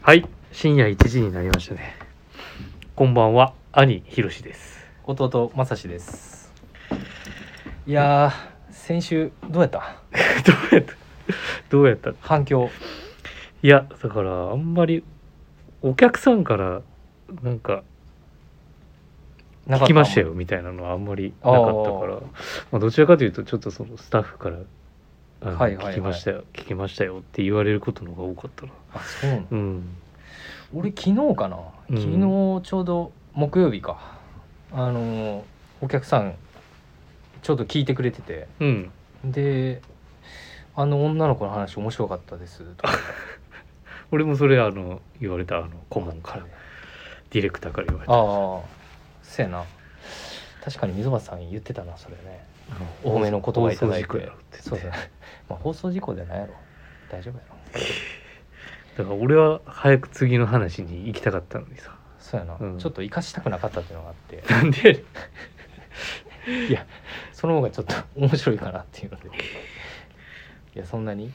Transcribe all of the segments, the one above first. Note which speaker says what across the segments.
Speaker 1: はい深夜1時になりましたねこんばんは兄ひろしです
Speaker 2: 弟まさしですいやー先週どうやった
Speaker 1: どうやったどうやったい
Speaker 2: 反響
Speaker 1: やだからあんまりお客さんからなんか
Speaker 2: な
Speaker 1: 聞
Speaker 2: かった
Speaker 1: きましたよみたいなのはあんまりなかったから
Speaker 2: あ
Speaker 1: まあ、どちらかというとちょっとそのスタッフからあの
Speaker 2: はいはいは
Speaker 1: 聞
Speaker 2: い
Speaker 1: きましたよ聞きましたよって言われることの方が多かったな
Speaker 2: あそうなの
Speaker 1: うん
Speaker 2: 俺昨日かな
Speaker 1: うん
Speaker 2: 昨日ちょうど木曜日か、あのーお客さんちょうど聞いてくれてて
Speaker 1: うん
Speaker 2: で「あの女の子の話面白かったです」とか
Speaker 1: 俺もそれあの言われたあの顧問からディレクターから言われた
Speaker 2: ああせやな確かに溝端さん言ってたなそれね
Speaker 1: あの
Speaker 2: 多めの言葉いただいて
Speaker 1: 放送事故やろって言って
Speaker 2: そうだねまあ放送事故でないやろ大丈夫やろ
Speaker 1: だから俺は早く次の話に行きたかったのにさ
Speaker 2: そうやな、
Speaker 1: うん
Speaker 2: ちょっと生かしたくなかったっていうのがあって
Speaker 1: なんで
Speaker 2: その方がちょっと面白いかなっていうのでいやそんなに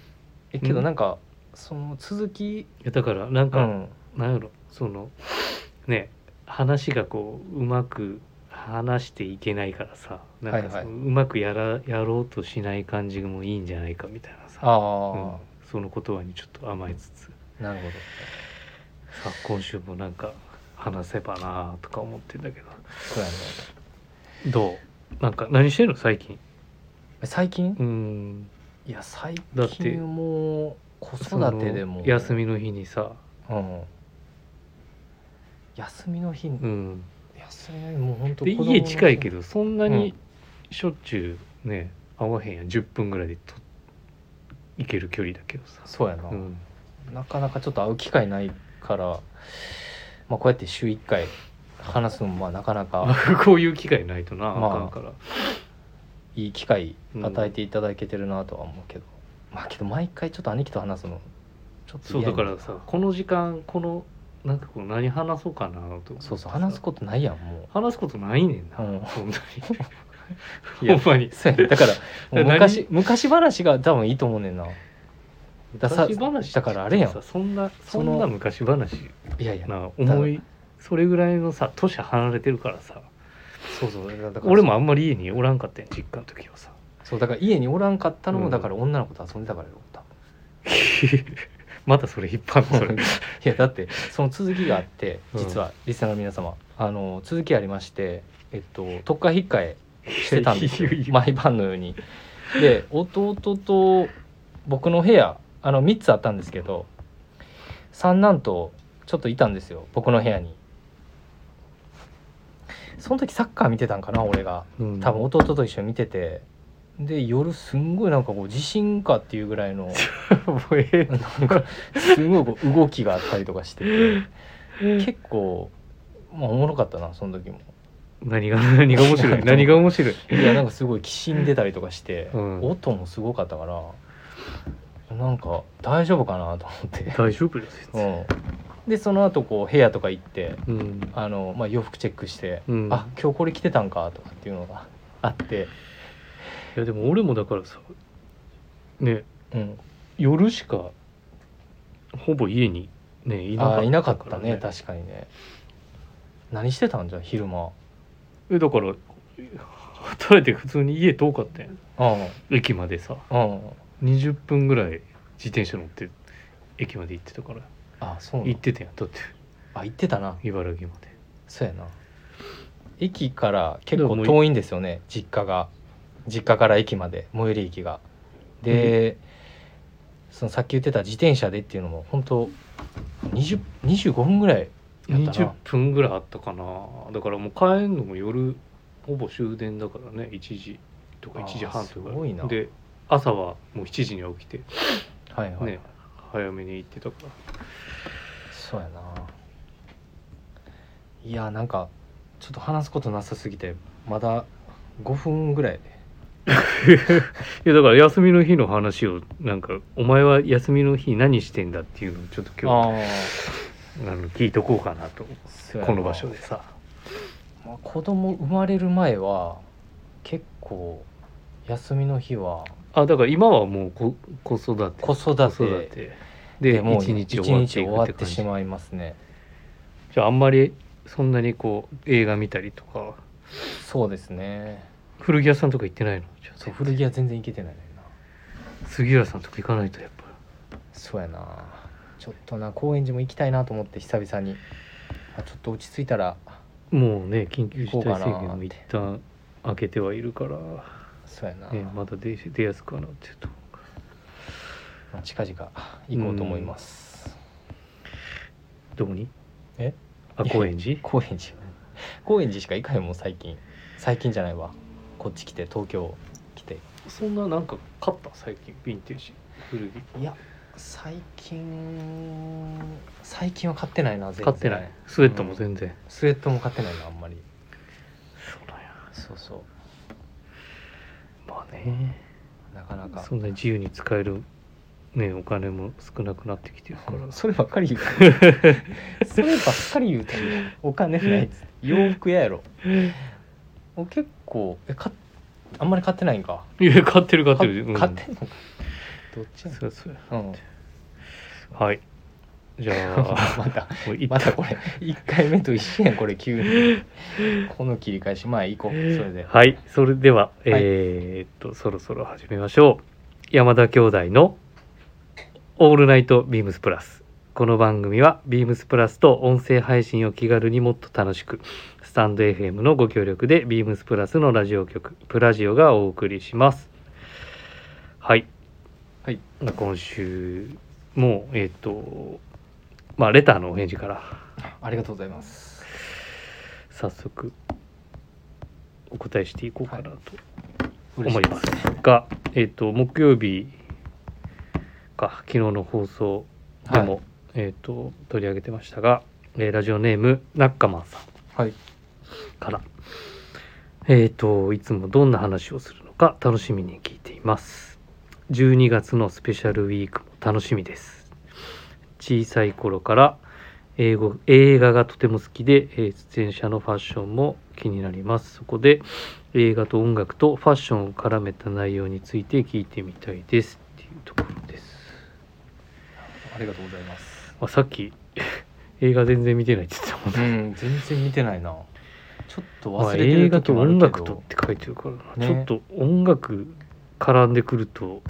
Speaker 2: えけどなんか、その続き
Speaker 1: いやだからなん
Speaker 2: う
Speaker 1: か、
Speaker 2: ん
Speaker 1: なんやろそのね話がこううまく話していけないからさなんかその、
Speaker 2: はいはいう
Speaker 1: まくやらやろうとしない感じもいいんじゃないかみたいなさ、うん
Speaker 2: ああ、
Speaker 1: その言葉にちょっと甘えつつ
Speaker 2: なるほど
Speaker 1: さ今週もなんか話せばなとか思ってんだけど
Speaker 2: そうやね
Speaker 1: どうなんか何してんの最近
Speaker 2: え最近、
Speaker 1: うん
Speaker 2: いや最
Speaker 1: だって
Speaker 2: 近もう子
Speaker 1: その
Speaker 2: 育てでも
Speaker 1: 休みの日にさ
Speaker 2: うん休みの日、
Speaker 1: うん
Speaker 2: 休みの日もう本当
Speaker 1: で家近いけ
Speaker 2: ど
Speaker 1: どそんなにしょっちゅうね会わへんやん10分ぐらいでと行ける距離だけどさ、
Speaker 2: そうやな、
Speaker 1: うん、
Speaker 2: なかなかちょっと会う機会ないから、まあ、こうやって週1回話すのもまあなかなか
Speaker 1: こういう機会ないとな、
Speaker 2: まあ
Speaker 1: あかんから
Speaker 2: いい機会与えていただけてるなとは思うけど、まあけど毎回ちょっと兄貴と話すのちょっと
Speaker 1: そう
Speaker 2: 嫌
Speaker 1: だ
Speaker 2: や
Speaker 1: か
Speaker 2: な
Speaker 1: らさこの時間このなんかこう何話そうかなと思ってさ
Speaker 2: そうそう話すことないやんも
Speaker 1: 話すことないねんな、
Speaker 2: うん
Speaker 1: そんな
Speaker 2: う
Speaker 1: にほんまに
Speaker 2: そうやねだからもう
Speaker 1: 何
Speaker 2: 昔昔話が多分いいと思うねんなださ
Speaker 1: 昔話
Speaker 2: だからあれやん
Speaker 1: さそんなそ
Speaker 2: そ
Speaker 1: ん
Speaker 2: の
Speaker 1: な昔話
Speaker 2: いやいや
Speaker 1: な思いそれぐらいのさ年離れてるからさ
Speaker 2: そうそうだから
Speaker 1: 俺もあんまり家におらんかったやん実家の時はさ
Speaker 2: そうだから家におらんかったの
Speaker 1: う
Speaker 2: も
Speaker 1: ん
Speaker 2: だから女の子と遊んでたからよ多分
Speaker 1: またそれ引っ張るのそれ
Speaker 2: いやだってその続きがあって
Speaker 1: うん
Speaker 2: 実はリスナーの皆様、あの続きありましてえっと特化引っかえしてたんですよ
Speaker 1: いいよいいよ
Speaker 2: 毎晩のように。で弟と僕の部屋あの3つあったんですけど三男とちょっといたんですよ僕の部屋に。その時サッカー見てたんかな俺が
Speaker 1: うん
Speaker 2: 多分弟と一緒に見ててで夜すんごいなんかこう地震かっていうぐらいの。
Speaker 1: もうええ
Speaker 2: なんかすごいこう動きがあったりとかしてて結構、まあ、おもろかったなその時も
Speaker 1: 何が何が面白 い何が面白い
Speaker 2: いやなんかすごいきしんでたりとかして、
Speaker 1: うん
Speaker 2: 音もすごかったからなんか大丈夫かなと思って、
Speaker 1: 大丈夫ですよ
Speaker 2: うん、でその後こう部屋とか行って
Speaker 1: うん
Speaker 2: あの、まあ、洋服チェックして、
Speaker 1: うん
Speaker 2: あ今日これ着てたんかとかっていうのが あって、
Speaker 1: いやでも俺もだからさね
Speaker 2: うん、
Speaker 1: 夜しかほぼ家にねいなかっ
Speaker 2: あ
Speaker 1: た
Speaker 2: ーいなかったね
Speaker 1: から
Speaker 2: 確かにね何してたんじゃ昼間
Speaker 1: えだから働いて普通に家遠かったやん
Speaker 2: うん
Speaker 1: 駅までさ
Speaker 2: うん
Speaker 1: 20分ぐらい自転車乗って駅まで行ってたから
Speaker 2: あそうなん
Speaker 1: 行ってたやんだって
Speaker 2: あ行ってたな
Speaker 1: 茨城まで
Speaker 2: そうやな駅から結構遠いんですよね実家が実家から駅まで最寄り駅がで、そのさっき言ってた自転車でっていうのも本当20 25分ぐらいやった
Speaker 1: 20
Speaker 2: な
Speaker 1: 分ぐらいあったかなだからもう帰んのも夜ほぼ終電だからね1時とか
Speaker 2: あー
Speaker 1: 1時半とか
Speaker 2: すごいな
Speaker 1: で朝はもう7時には起きてね、
Speaker 2: はいはい、
Speaker 1: 早めに行ってたから
Speaker 2: そうやないやなんかちょっと話すことなさすぎてまだ5分ぐらいで
Speaker 1: いやだから休みの日の話をなんか「お前は休みの日何してんだ」っていうのをちょっと今
Speaker 2: あ
Speaker 1: 日あの聞いとこうかなと
Speaker 2: そうやな
Speaker 1: この場所でさ
Speaker 2: まあ、子供生まれる前は結構休みの日は
Speaker 1: あだから今はもうこ子育て
Speaker 2: 子育て
Speaker 1: 子育てで
Speaker 2: もう
Speaker 1: 一日
Speaker 2: 一
Speaker 1: 終わって
Speaker 2: 日終
Speaker 1: いく
Speaker 2: わ
Speaker 1: っ
Speaker 2: ってて
Speaker 1: 感じ
Speaker 2: しまいますね
Speaker 1: じゃああんまりそんなにこう映画見たりとか
Speaker 2: そうですね
Speaker 1: 古着屋さんとか行ってないのじゃあ
Speaker 2: そう古着屋全然行けてないねんな
Speaker 1: 杉浦さんとか行かないとやっぱ
Speaker 2: そうやなちょっとな高円寺も行きたいなと思って久々にあちょっと落ち着いたら
Speaker 1: もうね緊急事態宣
Speaker 2: 行こ
Speaker 1: 言
Speaker 2: うかなっ
Speaker 1: も
Speaker 2: て
Speaker 1: 一旦開けてはいるから、
Speaker 2: そうやな、
Speaker 1: ね、まだ出出やすくはなってると
Speaker 2: まあ近々行こうと思います、
Speaker 1: どこに
Speaker 2: え
Speaker 1: あ
Speaker 2: いや
Speaker 1: 高円寺
Speaker 2: 高円寺高円寺しか行かへんもん最近最近じゃないわこっち来て東京来て
Speaker 1: そんななんか買った最近ヴィンテージ古着
Speaker 2: いや最近最近は買ってないな全然
Speaker 1: 買ってないスウェットも全然、
Speaker 2: スウェットも買ってないなあんまり
Speaker 1: そうなんや
Speaker 2: そうそ
Speaker 1: まあね
Speaker 2: うなかなか
Speaker 1: そんなに自由に使えるねお金も少なくなってきてるか
Speaker 2: うん
Speaker 1: ら
Speaker 2: そればっかり言うそればっかり言うてるお金ないっつって洋服屋やろお結構えかあんまり買ってないんか
Speaker 1: いや買ってる買ってる、
Speaker 2: か
Speaker 1: うん
Speaker 2: 買ってんのかどっちやね
Speaker 1: そうそう
Speaker 2: うん、
Speaker 1: はいじゃ あ
Speaker 2: また
Speaker 1: もう一
Speaker 2: また
Speaker 1: 旦
Speaker 2: これ1回目と一緒やんこれ急にこの切り返しまあ行こうそれで
Speaker 1: はいそれでは、えーっとそろそろ始めましょう山田兄弟の「オールナイトビームスプラス」この番組はビームスプラスと音声配信を気軽にもっと楽しくスタンド FM のご協力でビームスプラスのラジオ局プラジオがお送りしますはい、
Speaker 2: はい、
Speaker 1: 今週もえーっとまあレターのお返事から
Speaker 2: ありがとうございます
Speaker 1: 早速お答えしていこうかなと
Speaker 2: 嬉し
Speaker 1: 思
Speaker 2: い
Speaker 1: い
Speaker 2: で
Speaker 1: ますが、えっと木曜日か昨日の放送でも、
Speaker 2: は
Speaker 1: えっと取り上げてましたが、えーラジオネームナッカマンさん
Speaker 2: はい
Speaker 1: から、えっといつもどんな話をするのか楽しみに聞いています12月のスペシャルウィークも楽しみです小さい頃から英語映画がとても好きで、えー出演者のファッションも気になりますそこで映画と音楽とファッションを絡めた内容について聞いてみたいですっていうところです、
Speaker 2: ありがとうございます
Speaker 1: まあ、さっき 映画全然見てないって言ってたもん
Speaker 2: う
Speaker 1: ね、
Speaker 2: ん全然見てないなちょっと
Speaker 1: ま
Speaker 2: 忘
Speaker 1: あ、
Speaker 2: れて
Speaker 1: 映
Speaker 2: る
Speaker 1: 画
Speaker 2: 時
Speaker 1: と
Speaker 2: もある
Speaker 1: 音
Speaker 2: け
Speaker 1: 楽
Speaker 2: ど、
Speaker 1: とって書いてるからな、
Speaker 2: ね
Speaker 1: ちょっと音楽絡んでくると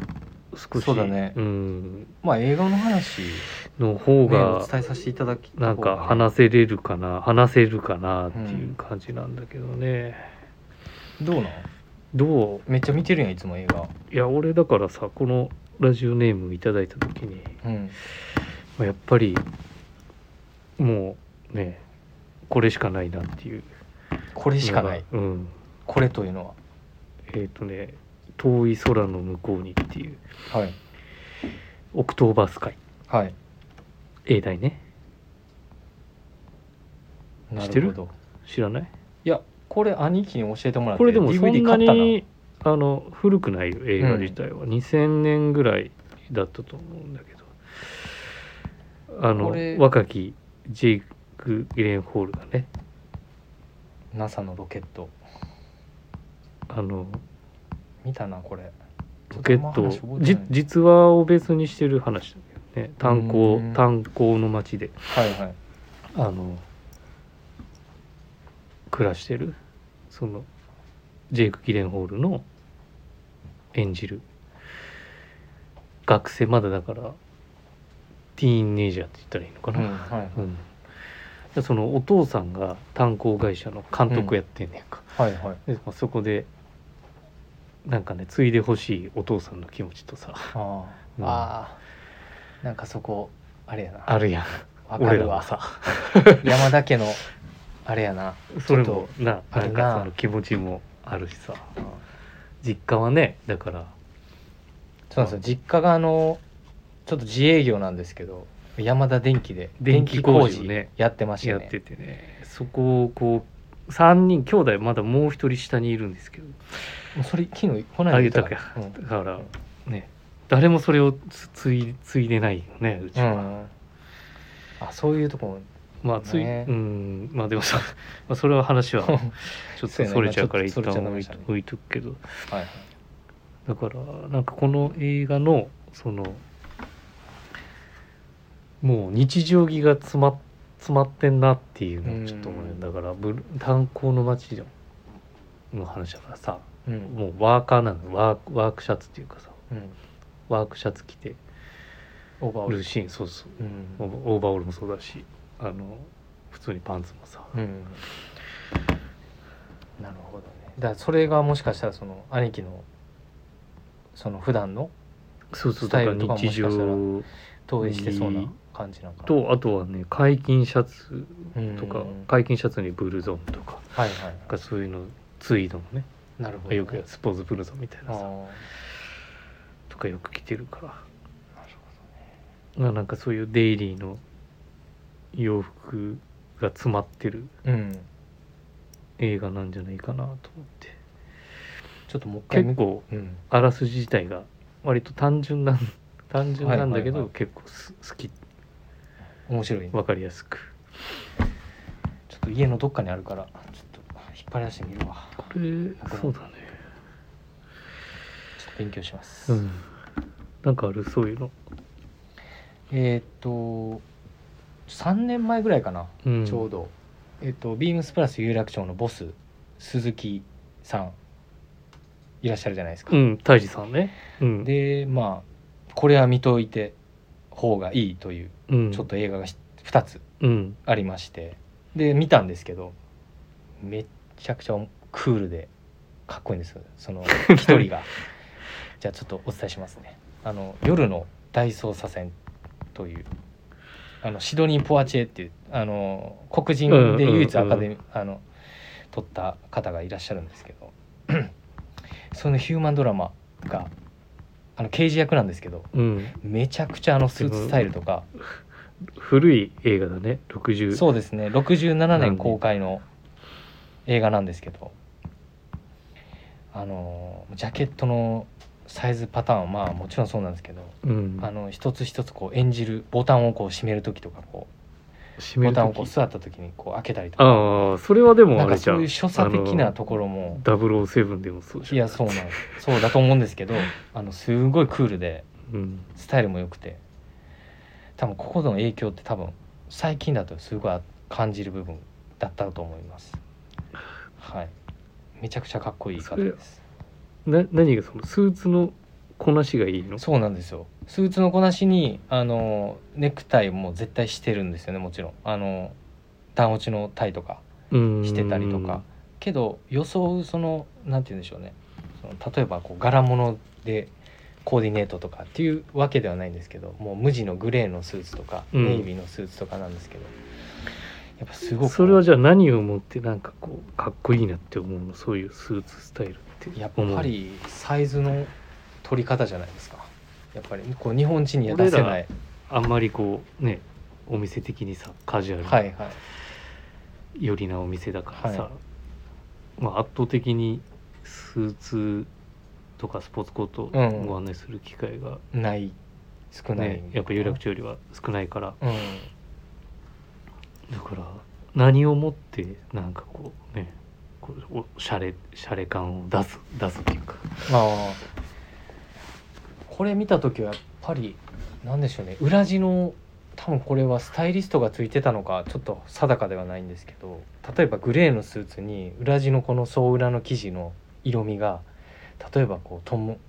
Speaker 1: 少し
Speaker 2: そうだね
Speaker 1: ん
Speaker 2: まあ映画の話
Speaker 1: の方
Speaker 2: ね
Speaker 1: が
Speaker 2: お伝えさせていただき
Speaker 1: なんか
Speaker 2: 話
Speaker 1: 話せれるかな話せるかなっていう感じなんだけどね、
Speaker 2: どうなん
Speaker 1: どう
Speaker 2: めっちゃ見てるやんいつも映画
Speaker 1: いや俺だからさこのラジオネームいただいた時に
Speaker 2: うん
Speaker 1: まあやっぱりもうねこれしかないなっていう
Speaker 2: これしかない
Speaker 1: うん
Speaker 2: これというの
Speaker 1: えっ、とね「遠い空の向こうに」っていう
Speaker 2: ははい
Speaker 1: 「オクトーバースカイ
Speaker 2: はい」
Speaker 1: 英題ね
Speaker 2: な
Speaker 1: 知って
Speaker 2: る
Speaker 1: る
Speaker 2: ほど
Speaker 1: 知らない
Speaker 2: いやこれ兄貴に教えてもらって
Speaker 1: これでもそん
Speaker 2: DVD
Speaker 1: な
Speaker 2: 買ったな
Speaker 1: にあの古くないよ映画自体は、2000年ぐらいだったと思うんだけどあの
Speaker 2: これ
Speaker 1: 若きジェイク・ギレンホールがね
Speaker 2: NASA のロケット
Speaker 1: あの
Speaker 2: 見たなこれ
Speaker 1: ロケッ
Speaker 2: ちょっとあんま
Speaker 1: ト
Speaker 2: 話覚えて
Speaker 1: じ
Speaker 2: ない
Speaker 1: 実話をベースにしてる話だけどね炭鉱
Speaker 2: うん
Speaker 1: 炭鉱の町で
Speaker 2: はいはい
Speaker 1: あの暮らしてるそのジェイク・ギレンホールの演じる学生まだだからティーンネイジャーって言ったらいいのか
Speaker 2: うん
Speaker 1: な、
Speaker 2: はい
Speaker 1: うんでそのお父さんが炭鉱会社の監督やってんねんか、
Speaker 2: はいはい
Speaker 1: でまあそこでなんかね継いでほしいお父さんの気持ちとさ
Speaker 2: あー、
Speaker 1: うん
Speaker 2: あーなんかそこあれやな
Speaker 1: あるやん
Speaker 2: わ
Speaker 1: 俺
Speaker 2: か
Speaker 1: ら
Speaker 2: る
Speaker 1: も
Speaker 2: わ
Speaker 1: さ
Speaker 2: 山田家のあれやな
Speaker 1: それもな
Speaker 2: あ
Speaker 1: な
Speaker 2: る
Speaker 1: ん
Speaker 2: な
Speaker 1: かその気持ちもあるしさ実家はねだから
Speaker 2: そうなんですよ実家があのちょっと自営業なんですけど山田電機で
Speaker 1: 電気工事をね
Speaker 2: 電気やってました
Speaker 1: や
Speaker 2: ね
Speaker 1: っててねそこをこう3人兄弟まだもう一人下にいるんですけど
Speaker 2: もうそれ昨日この間
Speaker 1: あげ
Speaker 2: 言った
Speaker 1: か
Speaker 2: たからうん
Speaker 1: だからね誰もそれをつ継い継いでないよねうちは、
Speaker 2: うんあそういうとこも
Speaker 1: まあつい、
Speaker 2: ね
Speaker 1: うんまあでもさ、まあ、それ は話 はちょっと
Speaker 2: そうやね
Speaker 1: それちゃうから
Speaker 2: 今
Speaker 1: 一
Speaker 2: ちょっと
Speaker 1: 旦
Speaker 2: そ
Speaker 1: 置
Speaker 2: れ
Speaker 1: いと
Speaker 2: ちゃいましたね
Speaker 1: 置いとくけど
Speaker 2: はいはい
Speaker 1: だからなんかこの映画のそのもう日常着が詰ま詰まってんなっていうのをちょっと思う
Speaker 2: うん
Speaker 1: だからブル炭鉱の街のの話だからさ
Speaker 2: うん
Speaker 1: もうワーカーなのワークワークシャツっていうかさ
Speaker 2: うん
Speaker 1: ワークシャツ着て
Speaker 2: オーバーオー
Speaker 1: る
Speaker 2: ル
Speaker 1: シーンそうそう
Speaker 2: うん
Speaker 1: オーバーオーバーオールもそうだしあの普通にパンツもさ、
Speaker 2: うんなるほどねだからそれがもしかしたらその兄貴のその普段の
Speaker 1: そうそう
Speaker 2: ス
Speaker 1: だ
Speaker 2: タイ
Speaker 1: から
Speaker 2: ルとかも
Speaker 1: 日
Speaker 2: もしかしたら
Speaker 1: 常
Speaker 2: 投影してそうな感じなんかな
Speaker 1: とあとはね解禁シャツとか
Speaker 2: うん
Speaker 1: 解禁シャツにブルゾンとか
Speaker 2: はいは
Speaker 1: なんかそういうのツイードもね
Speaker 2: いなるほどね
Speaker 1: よくやるスポーツブルゾンみたいな
Speaker 2: あー
Speaker 1: さとかよく着てるか
Speaker 2: なる
Speaker 1: らまあなんかそういうデイリーの洋服が詰まってる
Speaker 2: ほどうん
Speaker 1: 映画なんじゃないかなと思って
Speaker 2: ちょっともう一回見
Speaker 1: 結構
Speaker 2: うん
Speaker 1: あらすじ自体が割と単純 なん単純なんだけ
Speaker 2: は
Speaker 1: ど
Speaker 2: いはいは
Speaker 1: 結構す好き
Speaker 2: 面白いね
Speaker 1: わかりやすく
Speaker 2: ちょっと家のどっかにあるからちょっと引っ張り出してみるわ
Speaker 1: これ
Speaker 2: か
Speaker 1: そうだね
Speaker 2: ちょっと勉強します、
Speaker 1: うんなんかあるそういうの
Speaker 2: えーっと3年前ぐらいかな
Speaker 1: うん
Speaker 2: ちょうど、えっと、ビームスプラス有楽町のボス鈴木さんいらっしゃるじゃないですか、
Speaker 1: うん、泰治さんね。うん、
Speaker 2: でまあこれは見といて方がいいという
Speaker 1: うん、
Speaker 2: ちょっと映画が2つ
Speaker 1: うん、
Speaker 2: ありましてで見たんですけどめっちゃくちゃクールでかっこいいんですよその一人がじゃあちょっとお伝えしますねあの夜の大捜査線というあのシドニー・ポアチエっていうあの黒人で唯一アカデミー、あの撮った方がいらっしゃるんですけど そのヒューマンドラマがあの刑事役なんですけど
Speaker 1: うん、
Speaker 2: めちゃくちゃあのスーツスタイルとか
Speaker 1: 古い映画だね。六十。
Speaker 2: そうですね67
Speaker 1: なん
Speaker 2: 年
Speaker 1: で
Speaker 2: 公開の映画なんですけどあのジャケットのサイズパターンはまあもちろんそうなんですけど、
Speaker 1: う。ん、
Speaker 2: あの一つ一つこう演じるボタンをこう閉める時とかこう
Speaker 1: 閉め
Speaker 2: ボ
Speaker 1: る
Speaker 2: タン
Speaker 1: と
Speaker 2: をこう
Speaker 1: き。
Speaker 2: 座った時にこう開けたりとか
Speaker 1: ああ、それはでも
Speaker 2: な
Speaker 1: あ
Speaker 2: んか
Speaker 1: れじゃ
Speaker 2: そ
Speaker 1: ん。
Speaker 2: ういう所作的なところも
Speaker 1: ダブルセブンでもそうじゃん。
Speaker 2: いやそうなんですそうだと思うんですけどあのすごいクールで
Speaker 1: うん、
Speaker 2: スタイルも良くて多分ここの影響って多分最近だとすごい感じる部分だったと思いますはいめちゃくちゃかっこいい方です
Speaker 1: な、何がそのスーツのこなしがいいの。
Speaker 2: そうなんですよスーツのこなしにあのネクタイも絶対してるんですよねもちろんあの段落ちのタイとか
Speaker 1: うん
Speaker 2: してたりとか。けど装うそのなんて言うんでしょうねその例えばこう柄物でコーディネートとかっていうわけではないんですけどもう無地のグレーのスーツとか
Speaker 1: うん
Speaker 2: ネイビーのスーツとかなんですけど、やっぱすごく
Speaker 1: それはじゃあ何をもってなんかこうかっこいいなって思うのそういうスーツスタイルって
Speaker 2: やっ
Speaker 1: 思う
Speaker 2: ぱりサイズの取り方じゃないですかやっぱりこう日本人には出せない
Speaker 1: あんまりこうねお店的にさカジュアルな
Speaker 2: はいはい
Speaker 1: よりなお店だからさ、
Speaker 2: は
Speaker 1: まあ、圧倒的にスーツとかスポーツコート
Speaker 2: うん
Speaker 1: をご案内する機会が、
Speaker 2: ない少ない、
Speaker 1: ねやっぱ有楽町よりは少ないから
Speaker 2: うん
Speaker 1: だから何をもってなんかこうねこうおしゃれしゃれ感を出す出すっていうか
Speaker 2: ああこれ見た時はやっぱりなんでしょうね裏地の多分これはスタイリストがついてたのかちょっと定かではないんですけど例えばグレーのスーツに裏地のこの総裏の生地の色味が例えばこうトム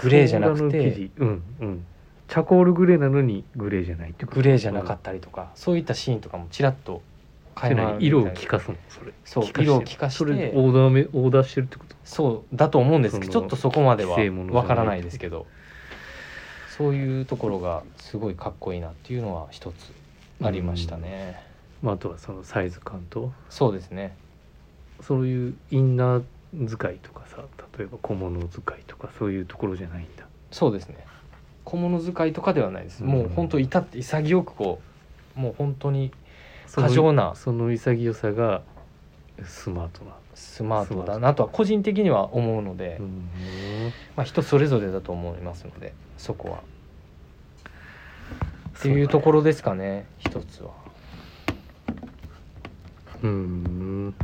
Speaker 2: グレーじゃなく
Speaker 1: ソーラの
Speaker 2: て
Speaker 1: 生地うんうんチャコールグレーなのにグレーじゃないって
Speaker 2: グレーじゃなかったたりとか、そういったシーンとかもちらっと垣間見れ
Speaker 1: 色
Speaker 2: たり
Speaker 1: を効かすのそれ
Speaker 2: そう
Speaker 1: 効かして
Speaker 2: 色を効かして
Speaker 1: それでオーダーめオーダーしてるってこと
Speaker 2: そうだと思うんですけどち
Speaker 1: その
Speaker 2: ょっとそこまでは
Speaker 1: 規制ものじゃない
Speaker 2: わからないですけどそういうところがすごいかっこいいなっていうのは一つありましたね、
Speaker 1: まあ、あとはそのサイズ感と
Speaker 2: そうですね
Speaker 1: そういうインナー使いとかさ例えば小物使いとかそういうところじゃないんだ
Speaker 2: そうですね小物使いとかではないです、
Speaker 1: うん
Speaker 2: もう本当至って潔くこうもう本当に
Speaker 1: その
Speaker 2: 過剰な
Speaker 1: その潔さがスマートな
Speaker 2: スマートだなとは個人的には思うので、
Speaker 1: うん
Speaker 2: まあ、人それぞれだと思いますのでそこはっていうところですかね一つは
Speaker 1: うん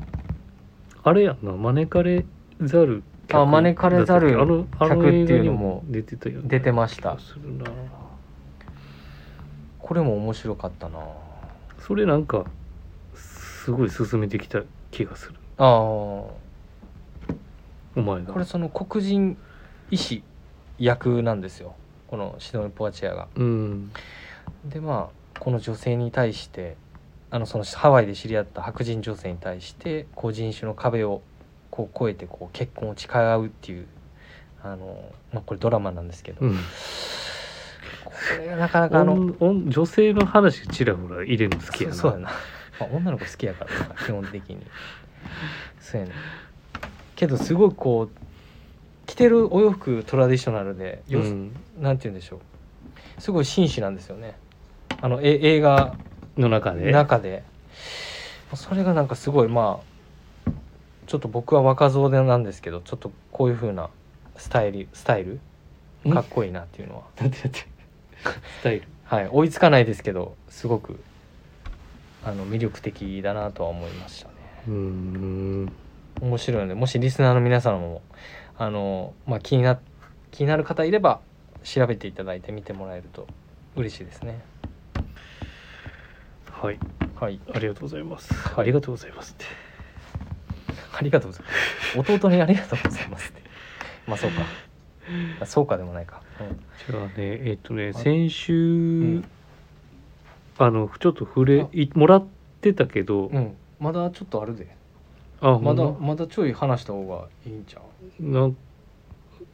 Speaker 1: あれやんな招かれざる客
Speaker 2: あ招かれざる
Speaker 1: だったっけあのあの
Speaker 2: 客っていうのも
Speaker 1: 映画に出てたよね
Speaker 2: 出てました
Speaker 1: 気がするな
Speaker 2: ここれも面白かったな
Speaker 1: それなんかすごい進めてきた気がする
Speaker 2: あー
Speaker 1: お前が
Speaker 2: これその黒人医師役なんですよこのシドニー・ポワチェアが
Speaker 1: うん
Speaker 2: でまあこの女性に対してあのそのハワイで知り合った白人女性に対してこう人種の壁をこう越えてこう結婚を誓うっていうあの、まあ、これドラマなんですけど、
Speaker 1: うん
Speaker 2: これがなかなかあの
Speaker 1: 女女性の話ちらほら入れるの好きやな
Speaker 2: そうそうやな、まあ、女の子好きやからな基本的にそうやねけどすごいこう着てるお洋服トラディショナルで、よ
Speaker 1: うん、
Speaker 2: なんて言うんでしょうすごい紳士なんですよねあのえ映画
Speaker 1: の中で
Speaker 2: 中でそれがなんかすごいまあちょっと僕は若造でなんですけどちょっとこういう風なスタイルスタイル
Speaker 1: ん
Speaker 2: かっこいいなっていうのは
Speaker 1: なんて なんてスタイル
Speaker 2: はい追いつかないですけどすごくあの魅力的だなとは思いましたね
Speaker 1: うーん
Speaker 2: 面白いのでもしリスナーの皆さんもあの、まあ、気にな気になる方いれば調べていただいて見てもらえると嬉しいですね
Speaker 1: はい
Speaker 2: はい
Speaker 1: ありがとうございます、
Speaker 2: は
Speaker 1: あ
Speaker 2: い
Speaker 1: りがとうございますって
Speaker 2: ありがとうございます。弟にありがとうございますって。まあそうか。あそうかでもないか。
Speaker 1: じゃあねえっ、とね
Speaker 2: い
Speaker 1: 先週、
Speaker 2: ん
Speaker 1: あのちょっと触れいもらってたけど、
Speaker 2: うん。うんまだちょっとあるで。
Speaker 1: あ
Speaker 2: まだ
Speaker 1: ほん
Speaker 2: まだちょい話した方がいいんちゃう。
Speaker 1: なん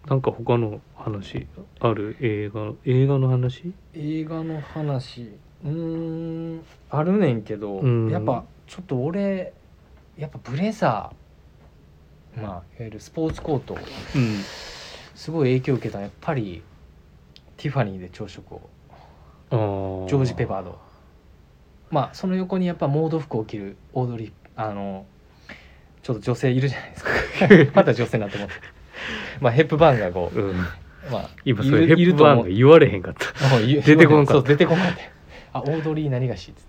Speaker 1: なんか他の話ある映画映画の話
Speaker 2: 映画の話。うーん。あるねんけど、
Speaker 1: うん
Speaker 2: やっぱちょっと俺やっぱブレザー、まあいわゆるスポーツコート
Speaker 1: うん
Speaker 2: すごい影響を受けたのはやっぱりティファニーで朝食を
Speaker 1: あー
Speaker 2: ジョージ・ペバードまあその横にやっぱモード服を着るオードリーあのちょっと女性いるじゃないですか また女性になってますまあヘップバーンがこ
Speaker 1: うん
Speaker 2: う、まあ、
Speaker 1: 今
Speaker 2: い
Speaker 1: それ
Speaker 2: る
Speaker 1: ヘップバーンが
Speaker 2: いる
Speaker 1: 言われへんかった
Speaker 2: と思うもう言う
Speaker 1: 出てこんかった
Speaker 2: そう出てこんかったあオードリー何がしっつっ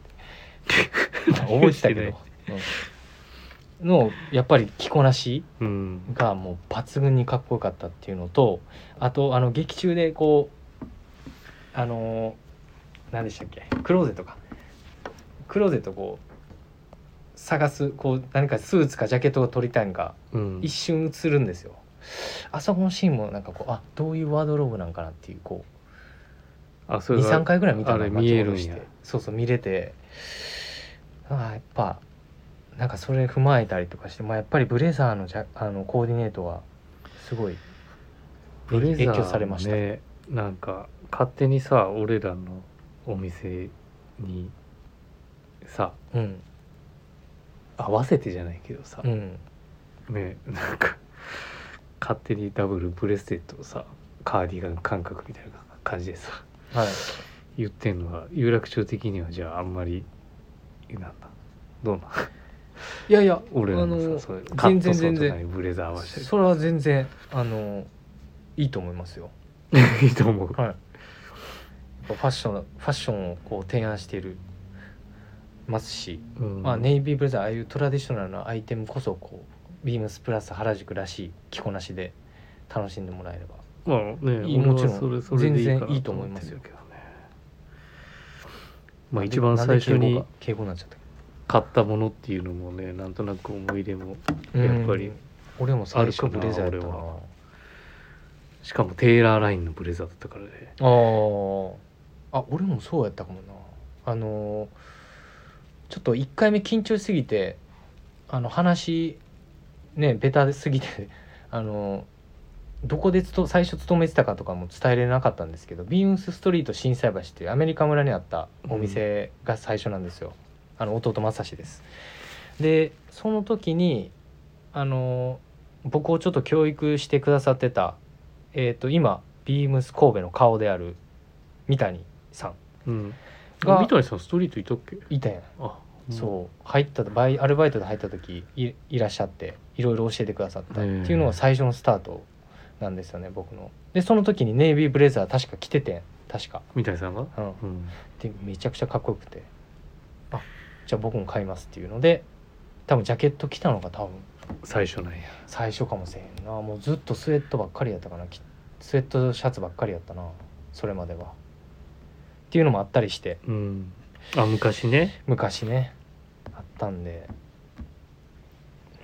Speaker 2: て あ覚えてたけど、うんのやっぱり着こなし
Speaker 1: うん
Speaker 2: がもう抜群にかっこよかったっていうのとあとあの劇中でこうあのー何でしたっけクローゼットかクローゼットこう探すこう何かスーツかジャケットを取りたいんが
Speaker 1: うん
Speaker 2: 一瞬映るんですよあそこのシーンもなんかこうあどういうワードローブなんかなっていうこ
Speaker 1: あそうれが
Speaker 2: 23回ぐらい見たの
Speaker 1: あれ
Speaker 2: が
Speaker 1: 見えるんや
Speaker 2: ちょうどしてそうそう見れてあーやっぱなんかそれ踏まえたりとかして、まあ、やっぱりブレザーのジャあのコーディネートはすごい
Speaker 1: ブレザー
Speaker 2: 影響されました
Speaker 1: ねなんか勝手にさ俺らのお店にさ
Speaker 2: うん
Speaker 1: 合わせてじゃないけどさ
Speaker 2: う、ん
Speaker 1: ねなんか勝手にダブルブレスレットをさカーディガン感覚みたいな感じでさ
Speaker 2: はい
Speaker 1: 言ってんのは有楽町的にはじゃああんまりなんだどうなん
Speaker 2: いやいや
Speaker 1: 俺ら
Speaker 2: あ
Speaker 1: の
Speaker 2: の
Speaker 1: さそれカ
Speaker 2: 全
Speaker 1: ット
Speaker 2: 然
Speaker 1: ソー
Speaker 2: 全
Speaker 1: じゃない
Speaker 2: 然
Speaker 1: ブレザー合わせ
Speaker 2: それは全然あのいいと思いますよ
Speaker 1: ていいと思う
Speaker 2: はいやっぱファッションファッションをこう提案しているますし
Speaker 1: うん
Speaker 2: まあ、ネイビーブレザーああいうトラディショナルなアイテムこそこうビームスプラス原宿らしい着こなしで楽しんでもらえれば
Speaker 1: まあね
Speaker 2: いいもちろん
Speaker 1: 俺はそれそれでかな
Speaker 2: 全然いいと思いますよ
Speaker 1: 思ってるけどねまあ一番最初
Speaker 2: な
Speaker 1: に
Speaker 2: んで敬語が敬語になっちゃったけ
Speaker 1: 買ったものっていうのもねなんとなく思い入れも
Speaker 2: ど
Speaker 1: やっぱり
Speaker 2: うん俺も最初
Speaker 1: あるか
Speaker 2: ブ
Speaker 1: な
Speaker 2: レザーやったな
Speaker 1: 俺
Speaker 2: あ
Speaker 1: はしかもテーラーラインのブレザーだったからね
Speaker 2: ーあ俺もそうやったかもなあのーちょっと1回目緊張しすぎてあの話ねベタすぎて あのーどこでつと最初勤めてたかとかも伝えれなかったんですけどビームスストリート心斎橋っていうアメリカ村にあったお店が最初なんですよ、あの弟正志ですでその時にあの僕をちょっと教育してくださってたえっ、と今ビームス神戸の顔である三谷さん
Speaker 1: うん
Speaker 2: が
Speaker 1: 三谷さんストリートいたっけ
Speaker 2: いたやん
Speaker 1: あ
Speaker 2: そう入ったバイアルバイトで入った時いいらっしゃっていろいろ教えてくださったって
Speaker 1: へえ
Speaker 2: いうのが最初のスタートなんですよね僕のでその時にネイビーブレザー確か着ててん確か
Speaker 1: 三谷さんが
Speaker 2: うん
Speaker 1: うん
Speaker 2: でめちゃくちゃかっこよくてあじゃあ僕も買いますっていうので多分ジャケット着たのが多分
Speaker 1: 最初なんや
Speaker 2: 最初かもしれへんなもうずっとスウェットばっかりやったかなきスウェットシャツばっかりやったなそれまではっていうのもあったりして
Speaker 1: うんあ昔ね
Speaker 2: 昔ねあったんで、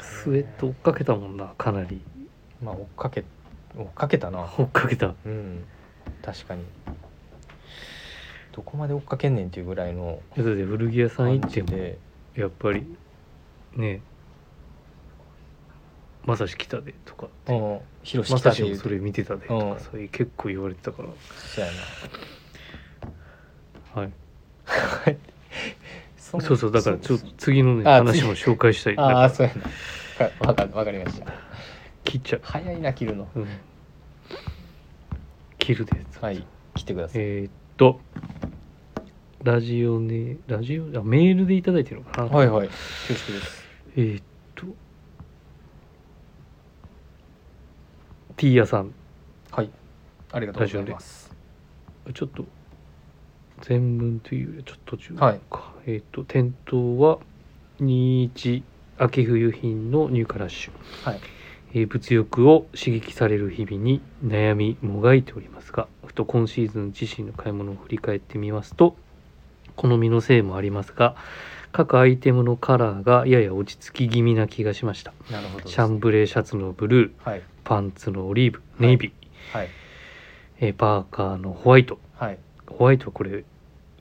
Speaker 1: スウェット追っかけたもんなかなり
Speaker 2: まあ、追っかけ追っかけたな
Speaker 1: 追っかけた
Speaker 2: うん確かにどこまで追っかけんねんっていうぐらいの
Speaker 1: だって古着屋さん行
Speaker 2: 感
Speaker 1: って
Speaker 2: じ
Speaker 1: も
Speaker 2: で
Speaker 1: やっぱりねまさし来たでとか
Speaker 2: うん広
Speaker 1: ま
Speaker 2: し
Speaker 1: さ
Speaker 2: た
Speaker 1: し
Speaker 2: で言
Speaker 1: も
Speaker 2: う
Speaker 1: そ
Speaker 2: と
Speaker 1: れ見てたでと
Speaker 2: う
Speaker 1: か
Speaker 2: ん
Speaker 1: そういう結構言われてたから
Speaker 2: そうやな
Speaker 1: はい
Speaker 2: そ
Speaker 1: そうそうだからちょっと次のね
Speaker 2: あ
Speaker 1: 話も紹介したい
Speaker 2: あ
Speaker 1: な
Speaker 2: あ
Speaker 1: んか
Speaker 2: そうやなわかわかわかりました
Speaker 1: 切っちゃう
Speaker 2: 早いな切るの
Speaker 1: うん切るで
Speaker 2: はい来てください
Speaker 1: えーっとラジオねラジオあメールでいただいてるのかな
Speaker 2: はいはい恐縮です
Speaker 1: えーっとティーヤさん
Speaker 2: はいありがとうございます
Speaker 1: ちょっと全文というよりはちょっと中
Speaker 2: はい
Speaker 1: かえーっと店頭は21秋冬品の入荷ラッシュ、
Speaker 2: はい
Speaker 1: えー物欲を刺激される日々に悩みもがいておりますがふと今シーズン自身の買い物を振り返ってみますと好みのせいもありますが各アイテムのカラーがやや落ち着き気味な気がしました
Speaker 2: なるほどです
Speaker 1: シャンブレーシャツのブルー
Speaker 2: はい
Speaker 1: パンツのオリーブネイビー、
Speaker 2: はい
Speaker 1: えーパーカーのホワイト
Speaker 2: はい
Speaker 1: ホワイトはこれウ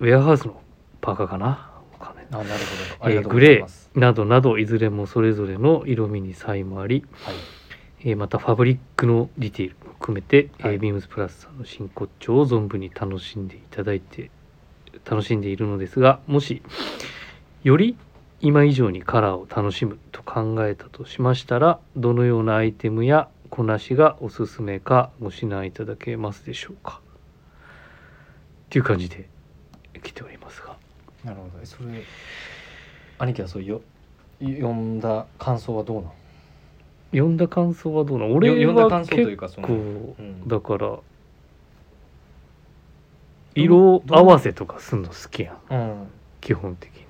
Speaker 1: ェアハウスのパーカーかなわかんない
Speaker 2: あなるほどあり
Speaker 1: え
Speaker 2: が
Speaker 1: ー
Speaker 2: とう
Speaker 1: グ
Speaker 2: ござい
Speaker 1: レー
Speaker 2: ます
Speaker 1: などなどいずれもそれぞれの色味に差異もあり、
Speaker 2: はい
Speaker 1: えーまたファブリックのディティールも含めて、えー
Speaker 2: はい
Speaker 1: ビームスプラスさんの真骨頂を存分に楽しんでいただいて楽しんでいるのですがもしより今以上にカラーを楽しむと考えたとしましたらどのようなアイテムやこなしがおすすめかご指南いただけますでしょうかっていう感じで来ておりますが
Speaker 2: なるほどえそれ兄貴はそうよ読んだ感想はどうなの
Speaker 1: 読んだ感想はどうなの俺
Speaker 2: よ読んだ
Speaker 1: は
Speaker 2: 感想という
Speaker 1: 結
Speaker 2: かその
Speaker 1: 構
Speaker 2: うん
Speaker 1: だから色合わせとかすんの好きやん
Speaker 2: うん
Speaker 1: 基本的に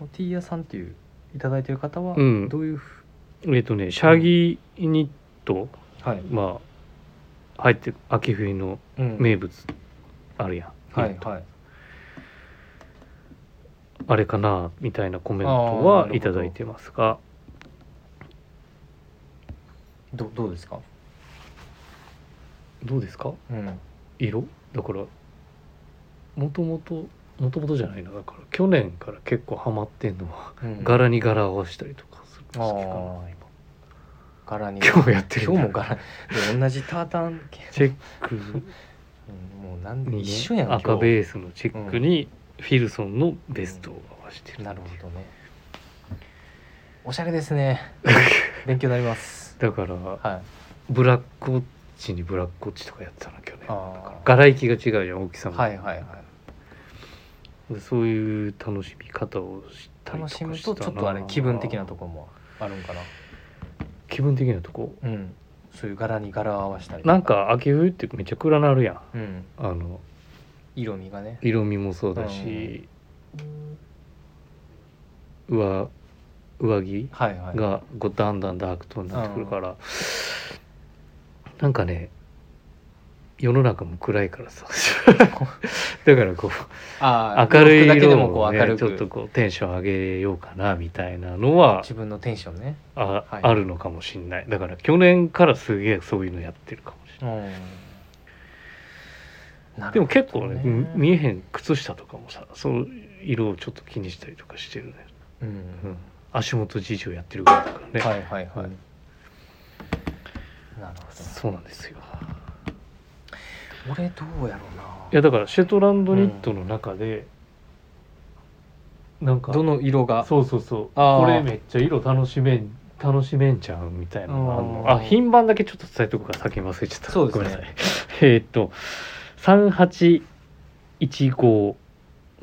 Speaker 2: おティーヤさんっていういただいてる方は
Speaker 1: うん
Speaker 2: どういうふ
Speaker 1: えっ、とねシャギニット、
Speaker 2: はい
Speaker 1: まあ入ってる秋冬の
Speaker 2: うん
Speaker 1: 名物あるやん、
Speaker 2: はい
Speaker 1: えっと
Speaker 2: はい
Speaker 1: あれかなみたいなコメント
Speaker 2: あーなるほ
Speaker 1: は
Speaker 2: ど
Speaker 1: いただいてますが
Speaker 2: どどうですか
Speaker 1: どうですか
Speaker 2: うん
Speaker 1: 色だからもともともともとじゃないなだから去年から結構ハマってんのは
Speaker 2: うん
Speaker 1: 柄に柄を合わせたりとかするの好きかな
Speaker 2: あー柄に
Speaker 1: 今日やってる
Speaker 2: 今日も柄で同じタータン系
Speaker 1: チェック
Speaker 2: うんもうなんで
Speaker 1: に、
Speaker 2: 一緒やん
Speaker 1: 赤
Speaker 2: 今
Speaker 1: ベー
Speaker 2: 日
Speaker 1: スのチェックにフィルソンのベストを合わせてる、
Speaker 2: なるほどねおしゃれです ね勉強になります
Speaker 1: だから
Speaker 2: はい
Speaker 1: ブラックウォッチにブラックウォッチとかやってたな去年
Speaker 2: あー
Speaker 1: 柄行きが違うじゃん大きさも、
Speaker 2: はいはいはい
Speaker 1: そういう楽しみ方をしたりと
Speaker 2: 楽
Speaker 1: かした
Speaker 2: し
Speaker 1: な
Speaker 2: むとちょっとあれ気分的なところもあるんかな
Speaker 1: 気分的なとこ
Speaker 2: うんそういう柄に柄を合わせたりと
Speaker 1: なんか秋冬ってめっちゃ暗なるやん
Speaker 2: うん
Speaker 1: あの
Speaker 2: 色味がね
Speaker 1: 色味もそうだし、上上着
Speaker 2: はいはい
Speaker 1: がこうだんだんダークトーンになってくるから、なんかね世の中も暗いから さだからこう
Speaker 2: あー
Speaker 1: 明るい
Speaker 2: 洋服だけで
Speaker 1: 色
Speaker 2: もこ
Speaker 1: を、
Speaker 2: う
Speaker 1: ね
Speaker 2: 明る
Speaker 1: ちょっと
Speaker 2: く
Speaker 1: こうテンション上げようかなみたいなのは
Speaker 2: 自分のテンションね
Speaker 1: あ,、
Speaker 2: はい
Speaker 1: あるのかもしんないだから去年からすげえそういうのやってるかもしれ
Speaker 2: う
Speaker 1: ない、
Speaker 2: んな
Speaker 1: で
Speaker 2: る
Speaker 1: も
Speaker 2: ほど
Speaker 1: 結構ね
Speaker 2: ね
Speaker 1: み見えへん靴下とかもさその色をちょっと気にしたりとかしてるね、
Speaker 2: う
Speaker 1: うんん、足元事情やってるからだからね、
Speaker 2: はいはいはい
Speaker 1: うん
Speaker 2: なるほ
Speaker 1: そうなんですよ
Speaker 2: ど俺どうやろうない
Speaker 1: やだからシェトランドニットの中で、なんか
Speaker 2: どの色が
Speaker 1: そうそうそう
Speaker 2: あー
Speaker 1: これめっちゃ色楽しめん楽しめんじゃんみたいなのあんの
Speaker 2: あー
Speaker 1: あ品番だけちょっと伝えとくから先に忘れちゃった
Speaker 2: そうですね
Speaker 1: ごめんなさい えーっと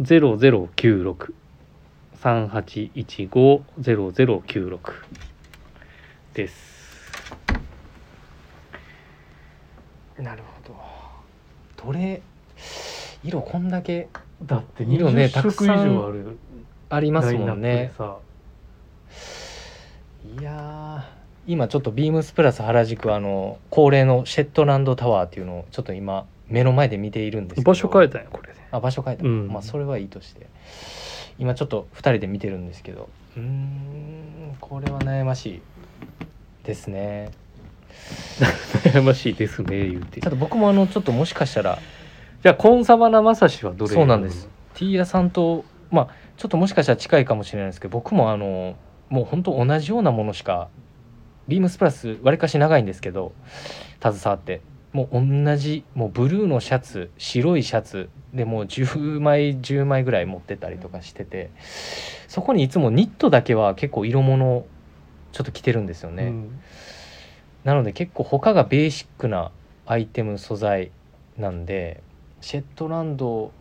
Speaker 1: 38150096 38150096です
Speaker 2: なるほどどれ色こんだけ
Speaker 1: だって
Speaker 2: 色ね
Speaker 1: 20
Speaker 2: たく
Speaker 1: 色以
Speaker 2: さん
Speaker 1: 上ある
Speaker 2: ありま
Speaker 1: ラ
Speaker 2: す
Speaker 1: インナップ
Speaker 2: もん
Speaker 1: で
Speaker 2: ね
Speaker 1: さ、
Speaker 2: いやー今ちょっとビームスプラス原宿あの恒例のシェットランドタワーっていうのをちょっと今目の前で見ているんですけど
Speaker 1: 場所変えたんやこれで
Speaker 2: あ場所変えた、
Speaker 1: うん
Speaker 2: まあそれはいいとして今ちょっと2人で見てるんですけどうーんこれは悩ましいですね
Speaker 1: 悩ましいですね言うて
Speaker 2: ただ僕もあのちょっともしかしたら
Speaker 1: じゃあコンサバナマサシはどれ
Speaker 2: そうなんですティーヤさんとまあちょっともしかしたら近いかもしれないですけど僕もあのもう本当同じようなものしかビームスプラスわりかし長いんですけど携わってもう同じもうブルーのシャツ白いシャツでもう10枚10枚ぐらい持ってたりとかしててそこにいつもニットだけは結構色物ちょっと着てるんですよね。
Speaker 1: うん
Speaker 2: なので結構他がベーシックなアイテム素材なんでシェットランド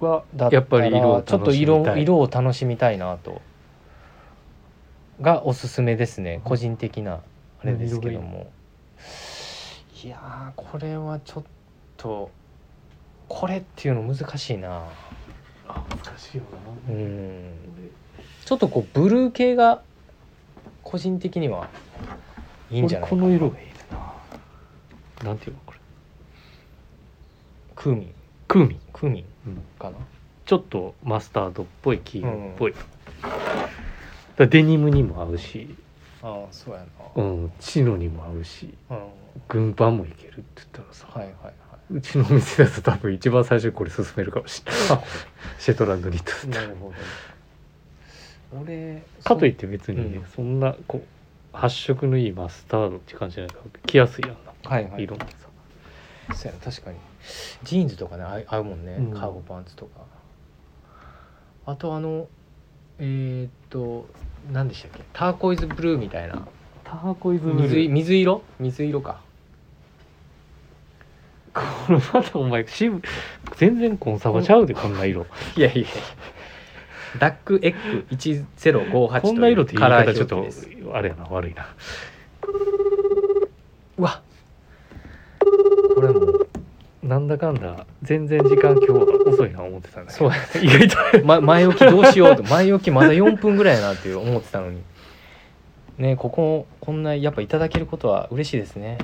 Speaker 2: はだったら
Speaker 1: やっぱり色を楽しみたい
Speaker 2: ちょっと色色を楽しみたいなとがおすすめですね個人的なあれですけどもいやーこれはちょっとこれっていうの難しいな
Speaker 1: あ難しいよ
Speaker 2: う
Speaker 1: な、
Speaker 2: んちょっとこうブルー系が個人的にはいいんじゃない
Speaker 1: 俺
Speaker 2: か
Speaker 1: この色がいいななんていうのこれ
Speaker 2: クーミン
Speaker 1: クーミン、
Speaker 2: クーミン
Speaker 1: うん
Speaker 2: かな
Speaker 1: ちょっとマスタードっぽい黄色っぽい、だからデニムにも合うし、
Speaker 2: ああそうや
Speaker 1: う
Speaker 2: な
Speaker 1: ん、チノにも合うし
Speaker 2: うんは
Speaker 1: 軍パンもいけるって言ったらさ、
Speaker 2: いはいは
Speaker 1: うちのお店だと多分一番最初にこれ勧めるかもしれ ないシェトランドニットだった
Speaker 2: い
Speaker 1: ら
Speaker 2: なるほど俺
Speaker 1: かといってて別にね、
Speaker 2: うん
Speaker 1: そんなこう発色のいいマスタードって感じじゃないから着やすいやんな
Speaker 2: はいはい
Speaker 1: 色もさ、
Speaker 2: そうやな確かにジーンズとかね合い合うもんね、
Speaker 1: うん
Speaker 2: カーゴパンツとかあとあのえー、っと何でしたっけターコイズブルーみたいな
Speaker 1: ターコイズブル
Speaker 2: 水い
Speaker 1: ー
Speaker 2: 水色水色か
Speaker 1: これまたお前渋い全然コンサ バちゃうでこんな色
Speaker 2: いやいやいやダックエッグ1058
Speaker 1: こんな色って言い
Speaker 2: と
Speaker 1: 方
Speaker 2: う
Speaker 1: ちょっ
Speaker 2: カ
Speaker 1: と
Speaker 2: ラー表記です
Speaker 1: あれやな悪いな
Speaker 2: うわこれもう
Speaker 1: なんだかんだ全然時間今日は遅いな思ってたんだけ
Speaker 2: そう
Speaker 1: ど
Speaker 2: や
Speaker 1: 意外と
Speaker 2: ま、前置きどうしようと前置きまだ4分ぐらいやなっていう思ってたのにねこここんなやっぱいただけることは嬉しいですね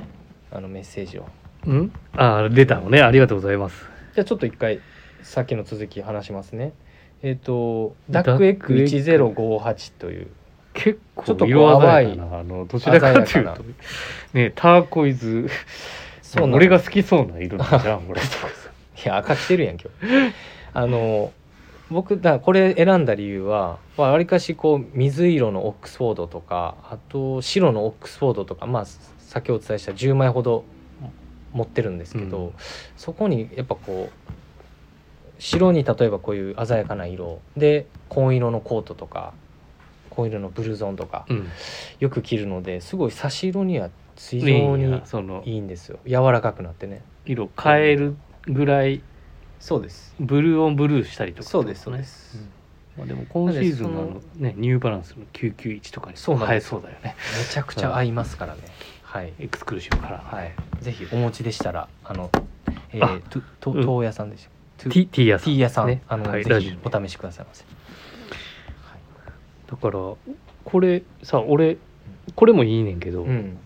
Speaker 2: あのメッセージを
Speaker 1: うんあー出たのねありがとうございます
Speaker 2: じゃあちょっと一回さっきの続き話しますねえっ、と
Speaker 1: ダ
Speaker 2: ダ
Speaker 1: ッ
Speaker 2: ッ
Speaker 1: ク
Speaker 2: ク
Speaker 1: エ
Speaker 2: エ
Speaker 1: ッ
Speaker 2: ッ
Speaker 1: グ
Speaker 2: グ1058という
Speaker 1: 結
Speaker 2: ちょ
Speaker 1: 構
Speaker 2: っとこう
Speaker 1: 色鮮やか
Speaker 2: 淡
Speaker 1: なあのどちらかとい
Speaker 2: 鮮
Speaker 1: う
Speaker 2: や
Speaker 1: と
Speaker 2: か
Speaker 1: ねターコイズ
Speaker 2: そうなん
Speaker 1: 俺が好きそうな色なんじゃん 俺とかさ
Speaker 2: いや赤着てるやん今日あの僕だからこれ選んだ理由はまあわりかしこう水色のオックスフォードとかあと白のオックスフォードとかまあささっきお伝えした10枚ほど持ってるんですけど、
Speaker 1: うん
Speaker 2: そこにやっぱこう白に例えばこういう鮮やかな色で紺色のコートとか紺色のブルゾンとか
Speaker 1: うん
Speaker 2: よく着るのですごい差し色には非
Speaker 1: いい
Speaker 2: 常
Speaker 1: ん
Speaker 2: に
Speaker 1: やその
Speaker 2: いいんですよ柔らかくなってね
Speaker 1: 色変えるぐらい
Speaker 2: そうです
Speaker 1: ブルーオンブルーしたりとかって
Speaker 2: そ
Speaker 1: こ
Speaker 2: う
Speaker 1: とね
Speaker 2: ですそうです、
Speaker 1: うんまあ、でも今シーズンのあの
Speaker 2: なんで、
Speaker 1: ね、ニューバランスの991とかに
Speaker 2: そうなん
Speaker 1: 映え
Speaker 2: です
Speaker 1: そうだよね
Speaker 2: めちゃくちゃ合いますからね。はい。
Speaker 1: エクスクルーシブカラー、
Speaker 2: はい。ぜひお持ちでしたら、あの、え
Speaker 1: あ
Speaker 2: ー、と、と、
Speaker 1: うん
Speaker 2: 東屋さんでしょ。
Speaker 1: ティティーヤさん
Speaker 2: T 屋さん、
Speaker 1: ね
Speaker 2: あの、
Speaker 1: はいラ
Speaker 2: ぜ
Speaker 1: ジ
Speaker 2: ひお
Speaker 1: オね
Speaker 2: 試しくださいませ。
Speaker 1: だからこれさ俺これもいいねんけど、
Speaker 2: うん。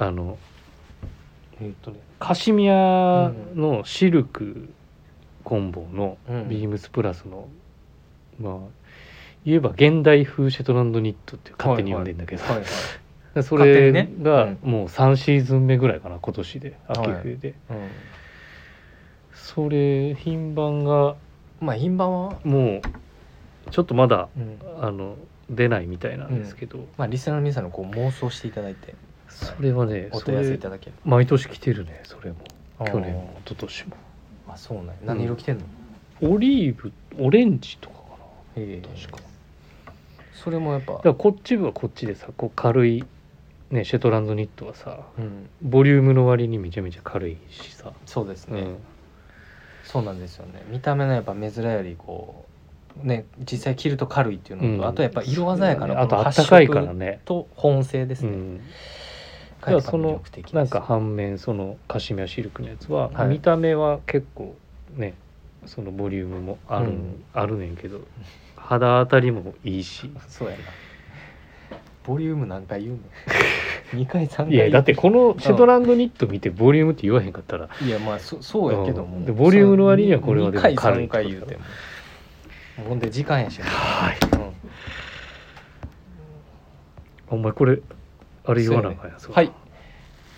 Speaker 1: あのえーっとねカシミヤのシルクコンボの
Speaker 2: うん
Speaker 1: ビームスプラスの、まあ言えば現代風シェトランドニットって勝手に呼んでんだけど、
Speaker 2: はいはい。
Speaker 1: でそれ
Speaker 2: 勝手にね
Speaker 1: がもう3シーズン目ぐらいかな今年で
Speaker 2: い
Speaker 1: 秋冬で、
Speaker 2: うん。
Speaker 1: それ品番が
Speaker 2: まあ、品番は、
Speaker 1: もうちょっとまだ
Speaker 2: うん。
Speaker 1: あの出ないみたいなんですけど、
Speaker 2: まあ、リスナーの皆さんのこう妄想していただいて、
Speaker 1: それはね
Speaker 2: お
Speaker 1: そ
Speaker 2: 問い合わせい
Speaker 1: れ
Speaker 2: ただけれ
Speaker 1: 毎年来てるねそれも
Speaker 2: ば。
Speaker 1: 去年も一昨年も
Speaker 2: あー。あ、そうなんや。何色着てんの。
Speaker 1: オリーブオレンジとかかな
Speaker 2: ええ
Speaker 1: 確か
Speaker 2: それもやっぱ
Speaker 1: だか。らこっちはこっちでさこう軽い、ね、シェトランドニットはさ
Speaker 2: うん。
Speaker 1: ボリュームの割にめちゃめちゃ軽いしさ、
Speaker 2: そうですね。
Speaker 1: うん
Speaker 2: そうなんですよね見た目のやっぱ目面よりこうね実際着ると軽いっていうのと、
Speaker 1: うん
Speaker 2: あとやっぱ色鮮やかな
Speaker 1: あ
Speaker 2: ことの
Speaker 1: あっ
Speaker 2: 発
Speaker 1: た
Speaker 2: 色
Speaker 1: かいからね
Speaker 2: と本性です
Speaker 1: う
Speaker 2: ね、
Speaker 1: ん
Speaker 2: がやっぱ
Speaker 1: その
Speaker 2: 魅力的です
Speaker 1: なんか反面そのカシミヤシルクのやつは、
Speaker 2: はい
Speaker 1: 見た目は結構ねそのボリュームもある,、
Speaker 2: うん
Speaker 1: あるねんけど肌当たりもいいし
Speaker 2: そうやなボリューム何回言うの2回3回
Speaker 1: いやだってこのシェトランドニット見てボリュームって言わへんかったら
Speaker 2: いやまあそそうやけど
Speaker 1: うん
Speaker 2: も
Speaker 1: でボリュームの割にはこれはで
Speaker 2: で
Speaker 1: も
Speaker 2: も軽
Speaker 1: 軽い
Speaker 2: い回3回言うてもほんで時間やしな、
Speaker 1: はい
Speaker 2: うん
Speaker 1: お前これあれ言わなあかんやん
Speaker 2: そうやねはい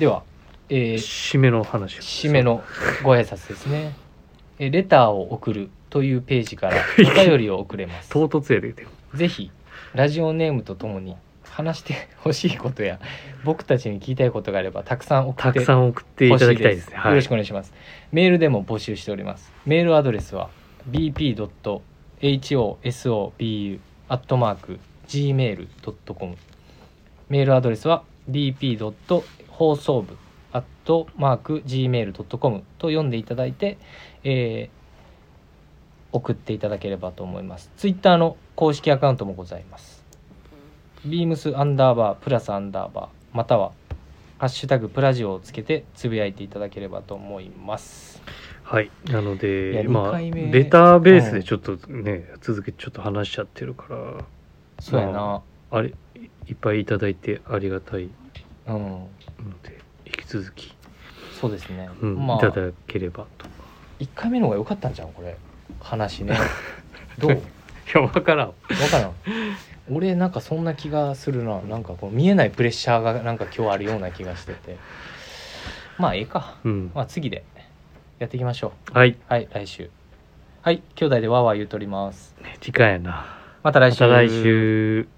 Speaker 2: では、えー
Speaker 1: 締めの話を
Speaker 2: 締めのご挨拶ですねえーレターを送るというページからお便りを送れま す
Speaker 1: 唐突やで言うても
Speaker 2: ぜひラジオネームとともに話してほしいことや僕たちに聞きたいことがあればたくさん送
Speaker 1: た
Speaker 2: って
Speaker 1: くさん送っていただきたいですねは
Speaker 2: よろ
Speaker 1: い
Speaker 2: しくお願いします。メールでも募集しております。メールアドレスは bp.hosobu.gmail.com メールアドレスは bp. 放送部 .gmail.com と読んでいただいて、えー送っていただければと思います。ツイッターの公式アカウントもございます。beams アンダーバープラスアンダーバーまたはハッシュタグプラジオをつけてつぶやいていただければと思います。
Speaker 1: はいなの
Speaker 2: いや
Speaker 1: で
Speaker 2: 二
Speaker 1: まあ
Speaker 2: 回目
Speaker 1: レターベースでちょっとね続けてちょっと話しちゃってるから
Speaker 2: そうや
Speaker 1: ま
Speaker 2: な。
Speaker 1: あれいっぱいいただいてありがたい
Speaker 2: うん。
Speaker 1: ので引き続き、
Speaker 2: そうですね。
Speaker 1: うん
Speaker 2: ま
Speaker 1: い
Speaker 2: あ
Speaker 1: ただければとい
Speaker 2: 一回目の方が良かったんじゃんこれ。話 ね。どう？わ
Speaker 1: や分からん
Speaker 2: からん。俺なんかそんな気がするな。なんかこう見えないプレッシャーがなんか今日あるような気がしてて。まあええか。
Speaker 1: うん
Speaker 2: まあ次でやっていきましょ
Speaker 1: はい、
Speaker 2: う。はい来週。はい兄弟でわーわー言うとります。
Speaker 1: 時間やな。
Speaker 2: また来
Speaker 1: また来週。